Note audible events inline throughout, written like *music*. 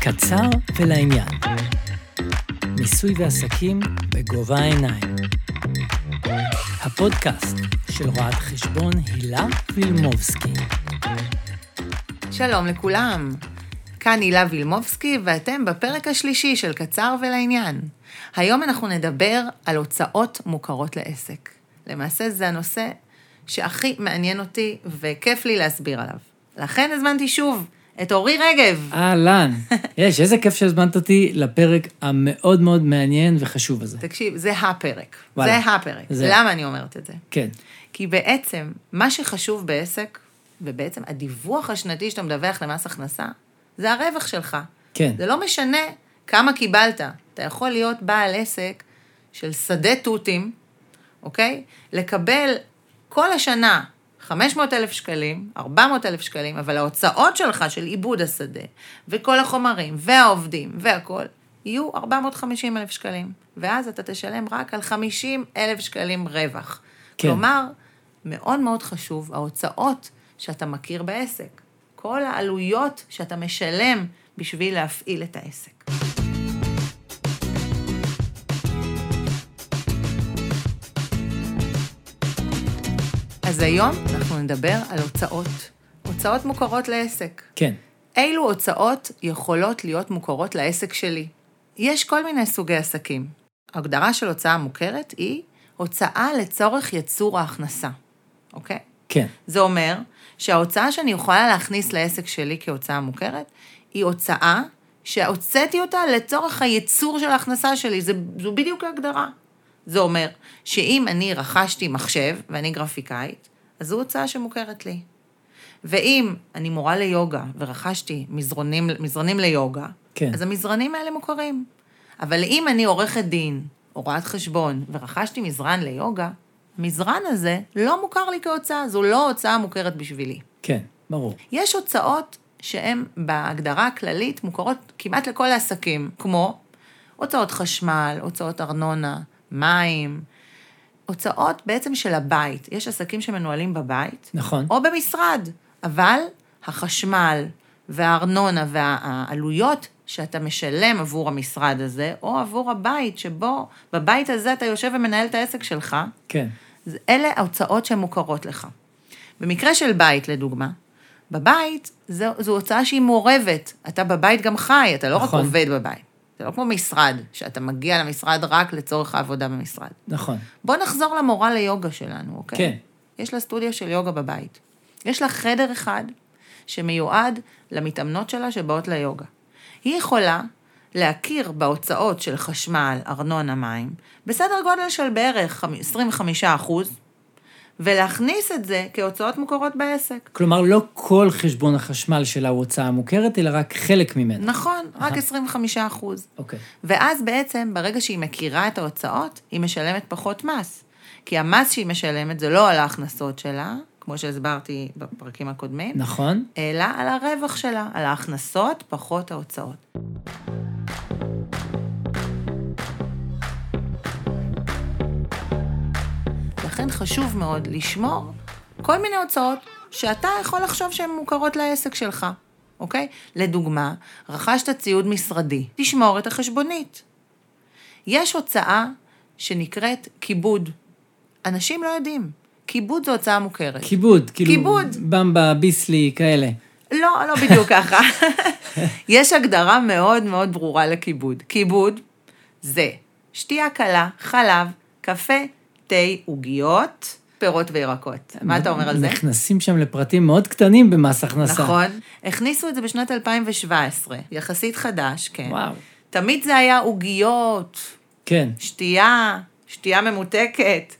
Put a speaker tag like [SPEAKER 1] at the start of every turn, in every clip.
[SPEAKER 1] קצר ולעניין. מיסוי ועסקים בגובה העיניים. הפודקאסט של רואת חשבון הילה וילמובסקי.
[SPEAKER 2] שלום לכולם, כאן הילה וילמובסקי ואתם בפרק השלישי של קצר ולעניין. היום אנחנו נדבר על הוצאות מוכרות לעסק. למעשה זה הנושא שהכי מעניין אותי וכיף לי להסביר עליו. לכן הזמנתי שוב את אורי רגב.
[SPEAKER 1] אה. אהלן, יש, איזה כיף שהזמנת אותי לפרק המאוד מאוד מעניין וחשוב הזה.
[SPEAKER 2] תקשיב, זה הפרק.
[SPEAKER 1] וואלה.
[SPEAKER 2] זה הפרק.
[SPEAKER 1] זה.
[SPEAKER 2] למה אני אומרת את זה?
[SPEAKER 1] כן,
[SPEAKER 2] כי בעצם, מה שחשוב בעסק, ובעצם הדיווח השנתי שאתה מדווח למס הכנסה, זה הרווח שלך.
[SPEAKER 1] כן,
[SPEAKER 2] זה לא משנה כמה קיבלת. אתה יכול להיות בעל עסק של שדה תותים, אוקיי? לקבל כל השנה 500,000 שקלים, 400,000 שקלים, אבל ההוצאות שלך של עיבוד השדה, וכל החומרים, והעובדים, והכול, יהיו 450,000 שקלים. ואז אתה תשלם רק על 50,000 שקלים רווח.
[SPEAKER 1] כן.
[SPEAKER 2] כלומר, מאוד מאוד חשוב, ההוצאות שאתה מכיר בעסק. כל העלויות שאתה משלם בשביל להפעיל את העסק. אז היום אנחנו נדבר על הוצאות. הוצאות מוכרות לעסק.
[SPEAKER 1] כן,
[SPEAKER 2] אילו הוצאות יכולות להיות מוכרות לעסק שלי? יש כל מיני סוגי עסקים. ההגדרה של הוצאה מוכרת היא הוצאה לצורך יצור ההכנסה, אוקיי?
[SPEAKER 1] כן,
[SPEAKER 2] זה אומר שההוצאה שאני יכולה להכניס לעסק שלי כהוצאה מוכרת, היא הוצאה שהוצאתי אותה לצורך הייצור של ההכנסה שלי, זה, זו בדיוק ההגדרה. זה אומר שאם אני רכשתי מחשב ואני גרפיקאית, אז זו הוצאה שמוכרת לי. ואם אני מורה ליוגה ורכשתי מזרונים, מזרנים ליוגה,
[SPEAKER 1] כן.
[SPEAKER 2] אז המזרנים האלה מוכרים. אבל אם אני עורכת דין, הוראת חשבון, ורכשתי מזרן ליוגה, המזרן הזה לא מוכר לי כהוצאה, זו לא הוצאה מוכרת בשבילי.
[SPEAKER 1] כן, ברור.
[SPEAKER 2] יש הוצאות שהן בהגדרה הכללית מוכרות כמעט לכל העסקים, כמו הוצאות חשמל, הוצאות ארנונה, מים, הוצאות בעצם של הבית. יש עסקים שמנוהלים בבית,
[SPEAKER 1] נכון,
[SPEAKER 2] או במשרד, אבל החשמל והארנונה והעלויות שאתה משלם עבור המשרד הזה, או עבור הבית שבו, בבית הזה אתה יושב ומנהל את העסק שלך,
[SPEAKER 1] כן,
[SPEAKER 2] אז אלה ההוצאות שמוכרות לך. במקרה של בית, לדוגמה, בבית זו, זו הוצאה שהיא מעורבת. אתה בבית גם חי, אתה לא
[SPEAKER 1] נכון.
[SPEAKER 2] רק עובד בבית. זה לא כמו משרד, שאתה מגיע למשרד רק לצורך העבודה במשרד.
[SPEAKER 1] נכון,
[SPEAKER 2] בואו נחזור למורה ליוגה שלנו, אוקיי?
[SPEAKER 1] כן.
[SPEAKER 2] יש לה סטודיו של יוגה בבית. יש לה חדר אחד שמיועד למתאמנות שלה שבאות ליוגה. היא יכולה להכיר בהוצאות של חשמל, ארנונה, מים, בסדר גודל של בערך חמ- 25 אחוז, ולהכניס את זה כהוצאות מוכרות בעסק.
[SPEAKER 1] כלומר, לא כל חשבון החשמל שלה הוא הוצאה מוכרת, אלא רק חלק ממנה.
[SPEAKER 2] נכון, רק 25 אחוז.
[SPEAKER 1] אוקיי,
[SPEAKER 2] ואז בעצם, ברגע שהיא מכירה את ההוצאות, היא משלמת פחות מס. כי המס שהיא משלמת זה לא על ההכנסות שלה, כמו שהסברתי בפרקים הקודמים,
[SPEAKER 1] נכון,
[SPEAKER 2] אלא על הרווח שלה, על ההכנסות פחות ההוצאות. לכן חשוב מאוד לשמור כל מיני הוצאות שאתה יכול לחשוב שהן מוכרות לעסק שלך, אוקיי? לדוגמה, רכשת ציוד משרדי, תשמור את החשבונית. יש הוצאה שנקראת כיבוד. אנשים לא יודעים, כיבוד זו הוצאה מוכרת.
[SPEAKER 1] כיבוד, כאילו...
[SPEAKER 2] כיבוד.
[SPEAKER 1] במבה, ביסלי, כאלה.
[SPEAKER 2] לא, לא בדיוק ככה. יש הגדרה מאוד מאוד ברורה לכיבוד. כיבוד זה שתייה קלה, חלב, קפה, תה, עוגיות, פירות וירקות. מה אתה אומר על זה?
[SPEAKER 1] נכנסים שם לפרטים מאוד קטנים במס הכנסה.
[SPEAKER 2] נכון. הכניסו את זה בשנת 2017, יחסית חדש, כן.
[SPEAKER 1] וואו.
[SPEAKER 2] תמיד זה היה עוגיות,
[SPEAKER 1] כן,
[SPEAKER 2] שתייה, שתייה ממותקת.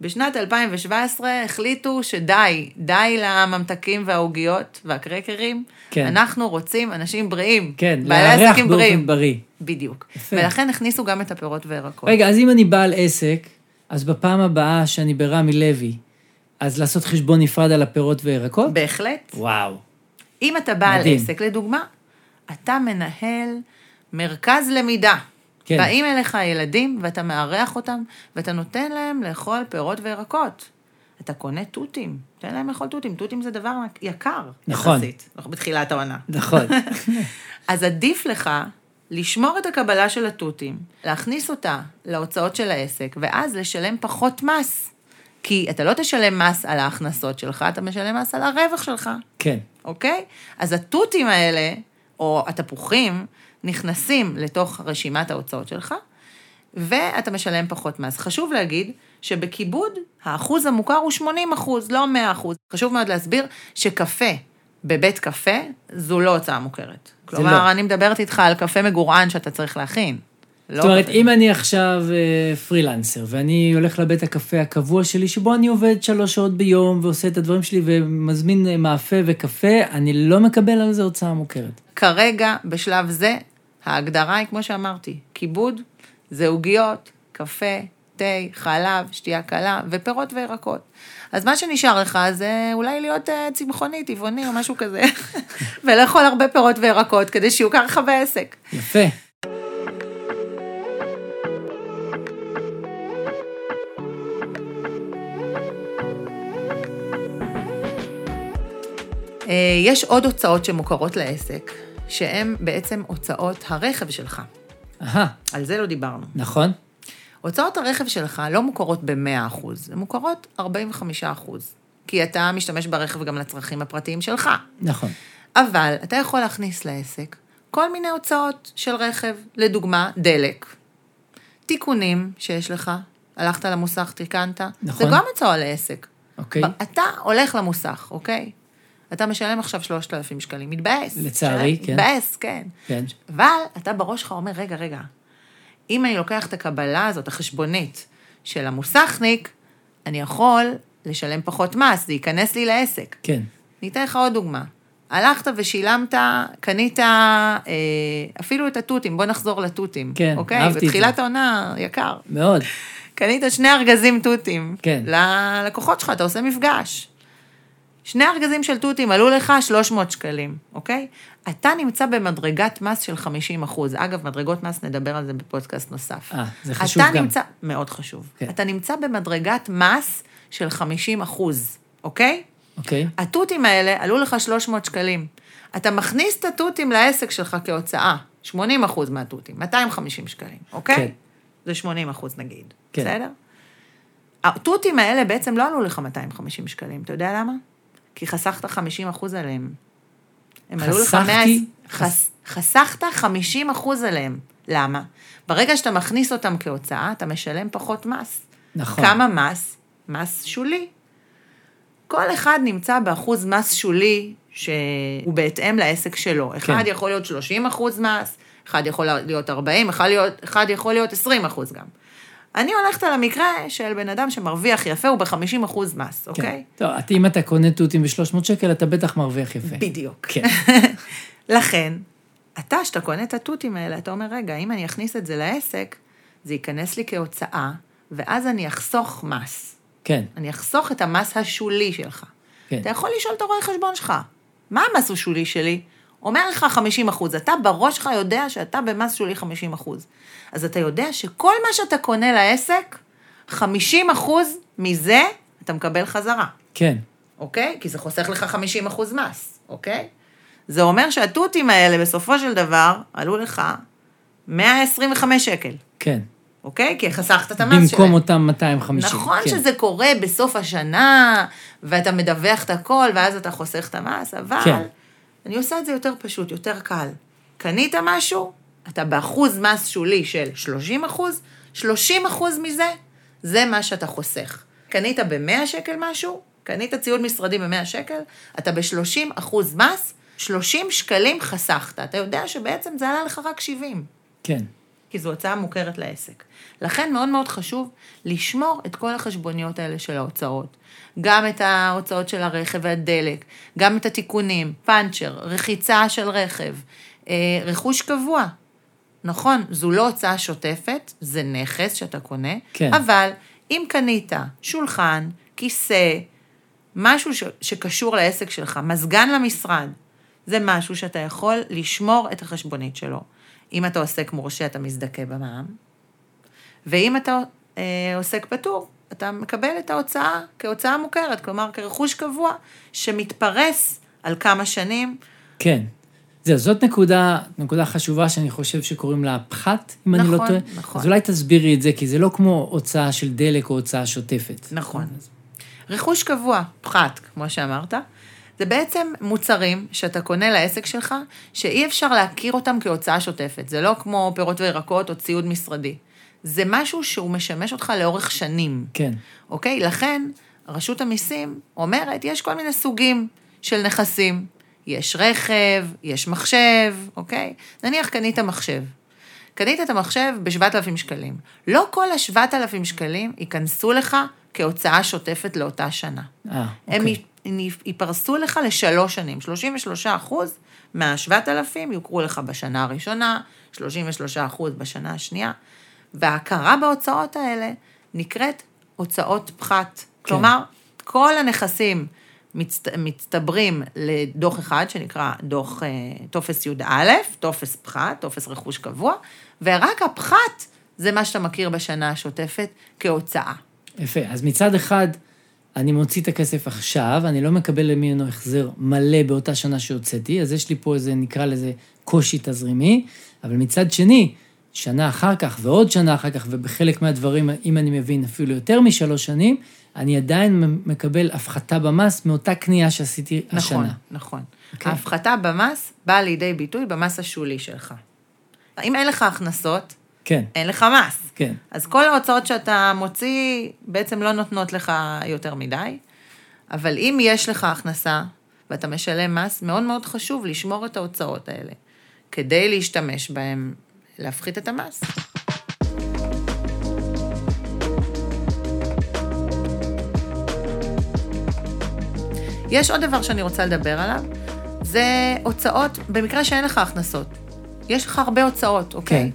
[SPEAKER 2] בשנת 2017 החליטו שדי, די לממתקים והעוגיות והקרקרים.
[SPEAKER 1] כן.
[SPEAKER 2] אנחנו רוצים אנשים בריאים.
[SPEAKER 1] כן,
[SPEAKER 2] בעלי
[SPEAKER 1] לארח
[SPEAKER 2] עסקים
[SPEAKER 1] באופן
[SPEAKER 2] בריאים.
[SPEAKER 1] בריא.
[SPEAKER 2] בדיוק.
[SPEAKER 1] יפה.
[SPEAKER 2] ולכן הכניסו גם את הפירות והירקות.
[SPEAKER 1] רגע, אז אם אני בעל עסק, אז בפעם הבאה שאני ברמי לוי, אז לעשות חשבון נפרד על הפירות והירקות?
[SPEAKER 2] בהחלט.
[SPEAKER 1] וואו.
[SPEAKER 2] אם אתה בעל
[SPEAKER 1] מדהים.
[SPEAKER 2] עסק, לדוגמה, אתה מנהל מרכז למידה.
[SPEAKER 1] כן.
[SPEAKER 2] כן. באים אליך ילדים ואתה מארח אותם ואתה נותן להם לאכול פירות וירקות. אתה קונה תותים, תן להם לאכול תותים, תותים זה דבר יקר.
[SPEAKER 1] נכון.
[SPEAKER 2] יחסית, אנחנו בתחילת העונה. *laughs*
[SPEAKER 1] נכון.
[SPEAKER 2] אז עדיף לך לשמור את הקבלה של התותים, להכניס אותה להוצאות של העסק, ואז לשלם פחות מס. כי אתה לא תשלם מס על ההכנסות שלך, אתה משלם מס על הרווח שלך,
[SPEAKER 1] כן.
[SPEAKER 2] אוקיי? אז התותים האלה, או התפוחים, נכנסים לתוך רשימת ההוצאות שלך, ואתה משלם פחות מס. חשוב להגיד שבכיבוד האחוז המוכר הוא 80 אחוז, לא 100 אחוז. חשוב מאוד להסביר שקפה בבית קפה זו לא הוצאה מוכרת. כלומר,
[SPEAKER 1] לא.
[SPEAKER 2] אני מדברת איתך על קפה מגורען שאתה צריך להכין. לא
[SPEAKER 1] זאת אומרת,
[SPEAKER 2] קפה.
[SPEAKER 1] אם אני עכשיו אה, פרילנסר, ואני הולך לבית הקפה הקבוע שלי, שבו אני עובד שלוש שעות ביום, ועושה את הדברים שלי, ומזמין אה, מאפה וקפה, אני לא מקבל על זה הוצאה מוכרת.
[SPEAKER 2] כרגע, בשלב זה, ההגדרה היא, כמו שאמרתי, כיבוד זה עוגיות, קפה, תה, חלב, שתייה קלה ופירות וירקות. אז מה שנשאר לך זה אולי להיות אה, צמחוני, טבעוני או משהו כזה, *laughs* ולאכול הרבה פירות וירקות כדי שיוכר לך בעסק.
[SPEAKER 1] יפה.
[SPEAKER 2] אה, יש עוד הוצאות שמוכרות לעסק, שהן בעצם הוצאות הרכב שלך.
[SPEAKER 1] אהה,
[SPEAKER 2] על זה לא דיברנו.
[SPEAKER 1] נכון?
[SPEAKER 2] הוצאות הרכב שלך לא מוכרות ב-100%, הן מוכרות 45%, כי אתה משתמש ברכב גם לצרכים הפרטיים שלך.
[SPEAKER 1] נכון.
[SPEAKER 2] אבל אתה יכול להכניס לעסק כל מיני הוצאות של רכב, לדוגמה, דלק. תיקונים שיש לך, הלכת למוסך, תיקנת,
[SPEAKER 1] נכון.
[SPEAKER 2] זה גם הוצאה לעסק.
[SPEAKER 1] אוקיי.
[SPEAKER 2] אתה הולך למוסך, אוקיי? אתה משלם עכשיו 3,000 שקלים, מתבאס.
[SPEAKER 1] לצערי,
[SPEAKER 2] משלם,
[SPEAKER 1] כן.
[SPEAKER 2] מתבאס, כן.
[SPEAKER 1] כן.
[SPEAKER 2] אבל אתה בראש שלך אומר, רגע, רגע, אם אני לוקח את הקבלה הזאת, החשבונית, של המוסכניק, אני יכול לשלם פחות מס, זה ייכנס לי לעסק.
[SPEAKER 1] כן.
[SPEAKER 2] אני אתן לך עוד דוגמה. הלכת ושילמת, קנית אה, אפילו את התותים, בוא נחזור לתותים.
[SPEAKER 1] כן,
[SPEAKER 2] אוקיי?
[SPEAKER 1] אהבתי את זה.
[SPEAKER 2] בתחילת העונה, יקר.
[SPEAKER 1] מאוד.
[SPEAKER 2] קנית שני ארגזים תותים.
[SPEAKER 1] כן.
[SPEAKER 2] ללקוחות שלך, אתה עושה מפגש. שני ארגזים של תותים עלו לך 300 שקלים, אוקיי? אתה נמצא במדרגת מס של 50 אחוז. אגב, מדרגות מס, נדבר על זה בפודקאסט נוסף.
[SPEAKER 1] אה, זה חשוב
[SPEAKER 2] אתה
[SPEAKER 1] גם.
[SPEAKER 2] נמצא, מאוד חשוב.
[SPEAKER 1] כן.
[SPEAKER 2] אתה נמצא במדרגת מס של 50 אחוז, אוקיי?
[SPEAKER 1] אוקיי.
[SPEAKER 2] התותים האלה עלו לך 300 שקלים. אתה מכניס את התותים לעסק שלך כהוצאה, 80 אחוז מהתותים, 250 שקלים, אוקיי?
[SPEAKER 1] כן.
[SPEAKER 2] כן. זה 80 אחוז נגיד,
[SPEAKER 1] כן.
[SPEAKER 2] כן. בסדר? התותים האלה בעצם לא עלו לך 250 שקלים, אתה יודע למה? כי חסכת 50 אחוז עליהם. הם עלו לך 100...
[SPEAKER 1] חסכתי-
[SPEAKER 2] חס... חסכת 50 אחוז עליהם. למה? ברגע שאתה מכניס אותם כהוצאה, אתה משלם פחות מס.
[SPEAKER 1] נכון.
[SPEAKER 2] כמה מס? מס שולי. כל אחד נמצא באחוז מס שולי שהוא בהתאם לעסק שלו. אחד
[SPEAKER 1] כן.
[SPEAKER 2] יכול להיות 30 אחוז מס, אחד יכול להיות 40, אחד, להיות, אחד יכול להיות 20 אחוז גם. אני הולכת על המקרה של בן אדם שמרוויח יפה, הוא ב-50 אחוז מס,
[SPEAKER 1] כן.
[SPEAKER 2] אוקיי?
[SPEAKER 1] טוב, את- אם אתה קונה תותים ב-300 שקל, אתה בטח מרוויח יפה.
[SPEAKER 2] בדיוק.
[SPEAKER 1] כן.
[SPEAKER 2] *laughs* לכן, אתה, כשאתה קונה את התותים האלה, אתה אומר, רגע, אם אני אכניס את זה לעסק, זה ייכנס לי כהוצאה, ואז אני אחסוך מס.
[SPEAKER 1] כן.
[SPEAKER 2] אני אחסוך את המס השולי שלך.
[SPEAKER 1] כן.
[SPEAKER 2] כן. אתה יכול לשאול את הרואה חשבון שלך, מה המס השולי שלי? אומר לך 50 אחוז, אתה בראש שלך יודע שאתה במס שולי 50 אחוז. אז אתה יודע שכל מה שאתה קונה לעסק, 50 אחוז מזה אתה מקבל חזרה,
[SPEAKER 1] כן.
[SPEAKER 2] אוקיי? כי זה חוסך לך 50 אחוז מס, אוקיי? זה אומר שהתותים האלה בסופו של דבר עלו לך 125 שקל,
[SPEAKER 1] כן.
[SPEAKER 2] אוקיי? כי חסכת את המס שלהם.
[SPEAKER 1] במקום אותם 250.
[SPEAKER 2] נכון
[SPEAKER 1] כן.
[SPEAKER 2] שזה קורה בסוף השנה, ואתה מדווח את הכל, ואז אתה חוסך את המס, אבל
[SPEAKER 1] כן.
[SPEAKER 2] כן. אני עושה את זה יותר פשוט, יותר קל. קנית משהו, אתה באחוז מס שולי של 30 אחוז, 30 אחוז מזה, זה מה שאתה חוסך. קנית ב-100 שקל משהו, קנית ציוד משרדי ב-100 שקל, אתה ב-30 אחוז מס, 30 שקלים חסכת. אתה יודע שבעצם זה עלה לך רק 70.
[SPEAKER 1] כן.
[SPEAKER 2] כי זו הוצאה מוכרת לעסק. לכן מאוד מאוד חשוב לשמור את כל החשבוניות האלה של ההוצאות. גם את ההוצאות של הרכב והדלק, גם את התיקונים, פאנצ'ר, רחיצה של רכב, אה, רכוש קבוע. נכון, זו לא הוצאה שוטפת, זה נכס שאתה קונה,
[SPEAKER 1] כן.
[SPEAKER 2] אבל אם קנית שולחן, כיסא, משהו ש- שקשור לעסק שלך, מזגן למשרד, זה משהו שאתה יכול לשמור את החשבונית שלו. אם אתה עוסק מורשה, אתה מזדכה במע"מ, ואם אתה אה, עוסק פטור, אתה מקבל את ההוצאה כהוצאה מוכרת, כלומר כרכוש קבוע שמתפרס על כמה שנים.
[SPEAKER 1] כן. זהו, זאת נקודה, נקודה חשובה שאני חושב שקוראים לה פחת, אם אני לא
[SPEAKER 2] נכון,
[SPEAKER 1] טועה.
[SPEAKER 2] נכון.
[SPEAKER 1] אז אולי תסבירי את זה, כי זה לא כמו הוצאה של דלק או הוצאה שוטפת.
[SPEAKER 2] נכון. רכוש קבוע, פחת, כמו שאמרת, זה בעצם מוצרים שאתה קונה לעסק שלך, שאי אפשר להכיר אותם כהוצאה שוטפת. זה לא כמו פירות וירקות או ציוד משרדי. זה משהו שהוא משמש אותך לאורך שנים.
[SPEAKER 1] כן.
[SPEAKER 2] אוקיי? לכן, רשות המיסים אומרת, יש כל מיני סוגים של נכסים. יש רכב, יש מחשב, אוקיי? נניח קנית מחשב. קנית את המחשב ב-7,000 שקלים. לא כל ה-7,000 שקלים ייכנסו לך כהוצאה שוטפת לאותה שנה.
[SPEAKER 1] אה,
[SPEAKER 2] הם
[SPEAKER 1] אוקיי.
[SPEAKER 2] יפ- ייפרסו לך לשלוש שנים. 33 אחוז מה-7,000 יוכרו לך בשנה הראשונה, 33 אחוז בשנה השנייה. וההכרה בהוצאות האלה נקראת הוצאות פחת. כן. כלומר, כל הנכסים מצט, מצטברים לדוח אחד, שנקרא דוח אה, טופס י"א, טופס פחת, טופס רכוש קבוע, ורק הפחת זה מה שאתה מכיר בשנה השוטפת כהוצאה.
[SPEAKER 1] יפה. אז מצד אחד, אני מוציא את הכסף עכשיו, אני לא מקבל ממנו החזר מלא באותה שנה שהוצאתי, אז יש לי פה איזה, נקרא לזה, קושי תזרימי, אבל מצד שני, שנה אחר כך ועוד שנה אחר כך, ובחלק מהדברים, אם אני מבין, אפילו יותר משלוש שנים, אני עדיין מ- מקבל הפחתה במס מאותה קנייה שעשיתי
[SPEAKER 2] נכון,
[SPEAKER 1] השנה.
[SPEAKER 2] נכון. Okay.
[SPEAKER 1] אוקיי.
[SPEAKER 2] ההפחתה במס באה לידי ביטוי במס השולי שלך. אם אין לך הכנסות,
[SPEAKER 1] כן,
[SPEAKER 2] אין לך מס.
[SPEAKER 1] כן.
[SPEAKER 2] אז כל ההוצאות שאתה מוציא בעצם לא נותנות לך יותר מדי, אבל אם יש לך הכנסה ואתה משלם מס, מאוד מאוד חשוב לשמור את ההוצאות האלה, כדי להשתמש בהן, להפחית את המס. יש עוד דבר שאני רוצה לדבר עליו, זה הוצאות, במקרה שאין לך הכנסות. יש לך הרבה הוצאות,
[SPEAKER 1] כן.
[SPEAKER 2] אוקיי? ואתה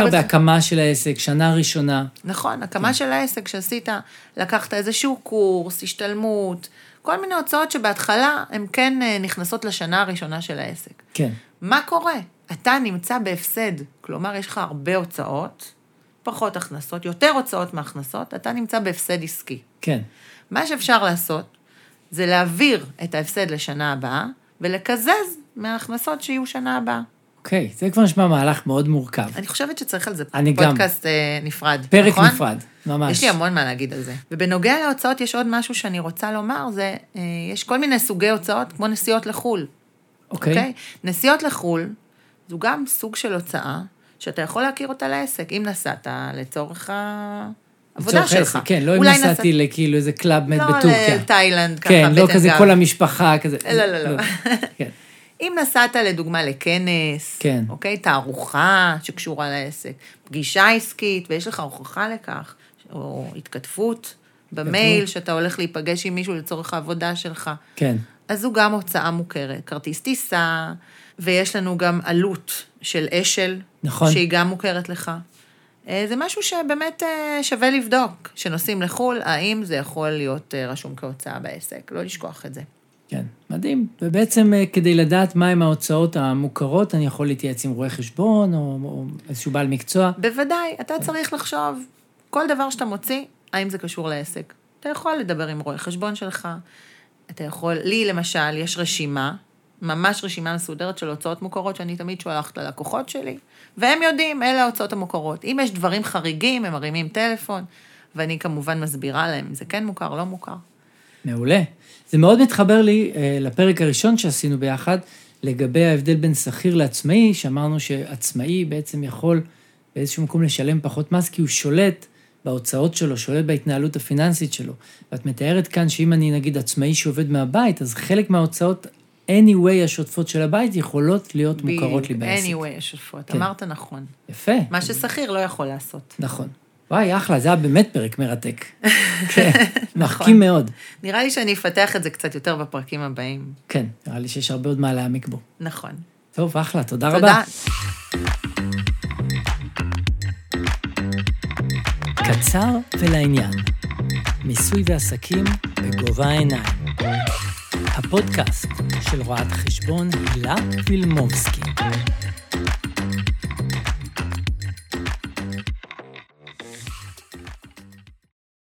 [SPEAKER 1] בעיקר
[SPEAKER 2] בצ-
[SPEAKER 1] בהקמה של העסק, שנה ראשונה.
[SPEAKER 2] נכון, הקמה של העסק שעשית, לקחת איזשהו קורס, השתלמות, כל מיני הוצאות שבהתחלה הן כן אה, נכנסות לשנה הראשונה של העסק.
[SPEAKER 1] כן,
[SPEAKER 2] מה קורה? אתה נמצא בהפסד, כלומר, יש לך הרבה הוצאות, פחות הכנסות, יותר הוצאות מהכנסות, אתה נמצא בהפסד עסקי.
[SPEAKER 1] כן.
[SPEAKER 2] מה שאפשר לעשות זה להעביר את ההפסד לשנה הבאה ולקזז מההכנסות שיהיו שנה הבאה.
[SPEAKER 1] אוקיי, זה כבר נשמע מהלך מאוד מורכב.
[SPEAKER 2] אני חושבת שצריך על זה
[SPEAKER 1] אני גם.
[SPEAKER 2] פודקאסט אה, נפרד,
[SPEAKER 1] פרק
[SPEAKER 2] נכון?
[SPEAKER 1] נפרד, ממש.
[SPEAKER 2] יש לי המון מה להגיד על זה. ובנוגע להוצאות, יש עוד משהו שאני רוצה לומר, זה, אה, יש כל מיני סוגי הוצאות, כמו נסיעות לחו"ל,
[SPEAKER 1] אוקיי.
[SPEAKER 2] אוקיי? נסיעות לחו"ל, זו גם סוג של הוצאה, שאתה יכול להכיר אותה לעסק, אם נסעת לצורך העבודה
[SPEAKER 1] לצורך
[SPEAKER 2] שלך.
[SPEAKER 1] העסק, כן, לא אם
[SPEAKER 2] אולי
[SPEAKER 1] נסעתי לכאילו איזה קלאב מת
[SPEAKER 2] לא
[SPEAKER 1] בטורקיה.
[SPEAKER 2] לתאילנד, ככה,
[SPEAKER 1] כן, לא
[SPEAKER 2] בטן
[SPEAKER 1] כזה
[SPEAKER 2] גב.
[SPEAKER 1] כל המשפחה כזה.
[SPEAKER 2] לא, לא, לא.
[SPEAKER 1] *laughs* כן,
[SPEAKER 2] אם נסעת לדוגמה לכנס,
[SPEAKER 1] כן.
[SPEAKER 2] אוקיי, תערוכה שקשורה לעסק, פגישה עסקית, ויש לך הוכחה לכך, או התכתבות במייל, שאתה הולך להיפגש עם מישהו לצורך העבודה שלך,
[SPEAKER 1] כן,
[SPEAKER 2] אז זו גם הוצאה מוכרת, כרטיס טיסה, ויש לנו גם עלות של אשל,
[SPEAKER 1] נכון.
[SPEAKER 2] שהיא גם מוכרת לך. אה, זה משהו שבאמת אה, שווה לבדוק, שנוסעים לחו"ל, האם זה יכול להיות אה, רשום כהוצאה בעסק, לא לשכוח את זה.
[SPEAKER 1] כן, מדהים. ובעצם אה, כדי לדעת מהם ההוצאות המוכרות, אני יכול להתייעץ עם רואה חשבון או או איזשהו בעל מקצוע.
[SPEAKER 2] בוודאי, אתה צריך לחשוב, כל דבר שאתה מוציא, האם זה קשור לעסק. אתה יכול לדבר עם רואה חשבון שלך, אתה יכול, לי למשל, יש רשימה, ממש רשימה מסודרת של הוצאות מוכרות שאני תמיד שולחת ללקוחות שלי, והם יודעים, אלה ההוצאות המוכרות. אם יש דברים חריגים, הם מרימים טלפון, ואני כמובן מסבירה להם אם זה כן מוכר, לא מוכר.
[SPEAKER 1] מעולה. זה מאוד מתחבר לי אה, לפרק הראשון שעשינו ביחד, לגבי ההבדל בין שכיר לעצמאי, שאמרנו שעצמאי בעצם יכול באיזשהו מקום לשלם פחות מס, כי הוא שולט בהוצאות שלו, שולט בהתנהלות הפיננסית שלו. ואת מתארת כאן שאם אני נגיד עצמאי שעובד מהבית, אז חלק מההוצאות, anyway השוטפות של הבית, יכולות להיות מוכרות לי בעסק.
[SPEAKER 2] anyway, ישפות,
[SPEAKER 1] כן.
[SPEAKER 2] אמרת נכון.
[SPEAKER 1] יפה.
[SPEAKER 2] מה ששכיר לא יכול לעשות.
[SPEAKER 1] נכון. וואי, אחלה, זה היה באמת פרק
[SPEAKER 2] *laughs*
[SPEAKER 1] מרתק. כן,
[SPEAKER 2] נכון.
[SPEAKER 1] מחכים מאוד.
[SPEAKER 2] נראה לי שאני אפתח את זה קצת יותר בפרקים הבאים.
[SPEAKER 1] כן, נראה לי שיש הרבה עוד מה להעמיק בו.
[SPEAKER 2] נכון.
[SPEAKER 1] טוב, אחלה, תודה רבה.
[SPEAKER 2] תודה.
[SPEAKER 1] קצר ולעניין. מיסוי ועסקים בגובה העיניים. הפודקאסט של רואת חשבון הילה פילמובסקי.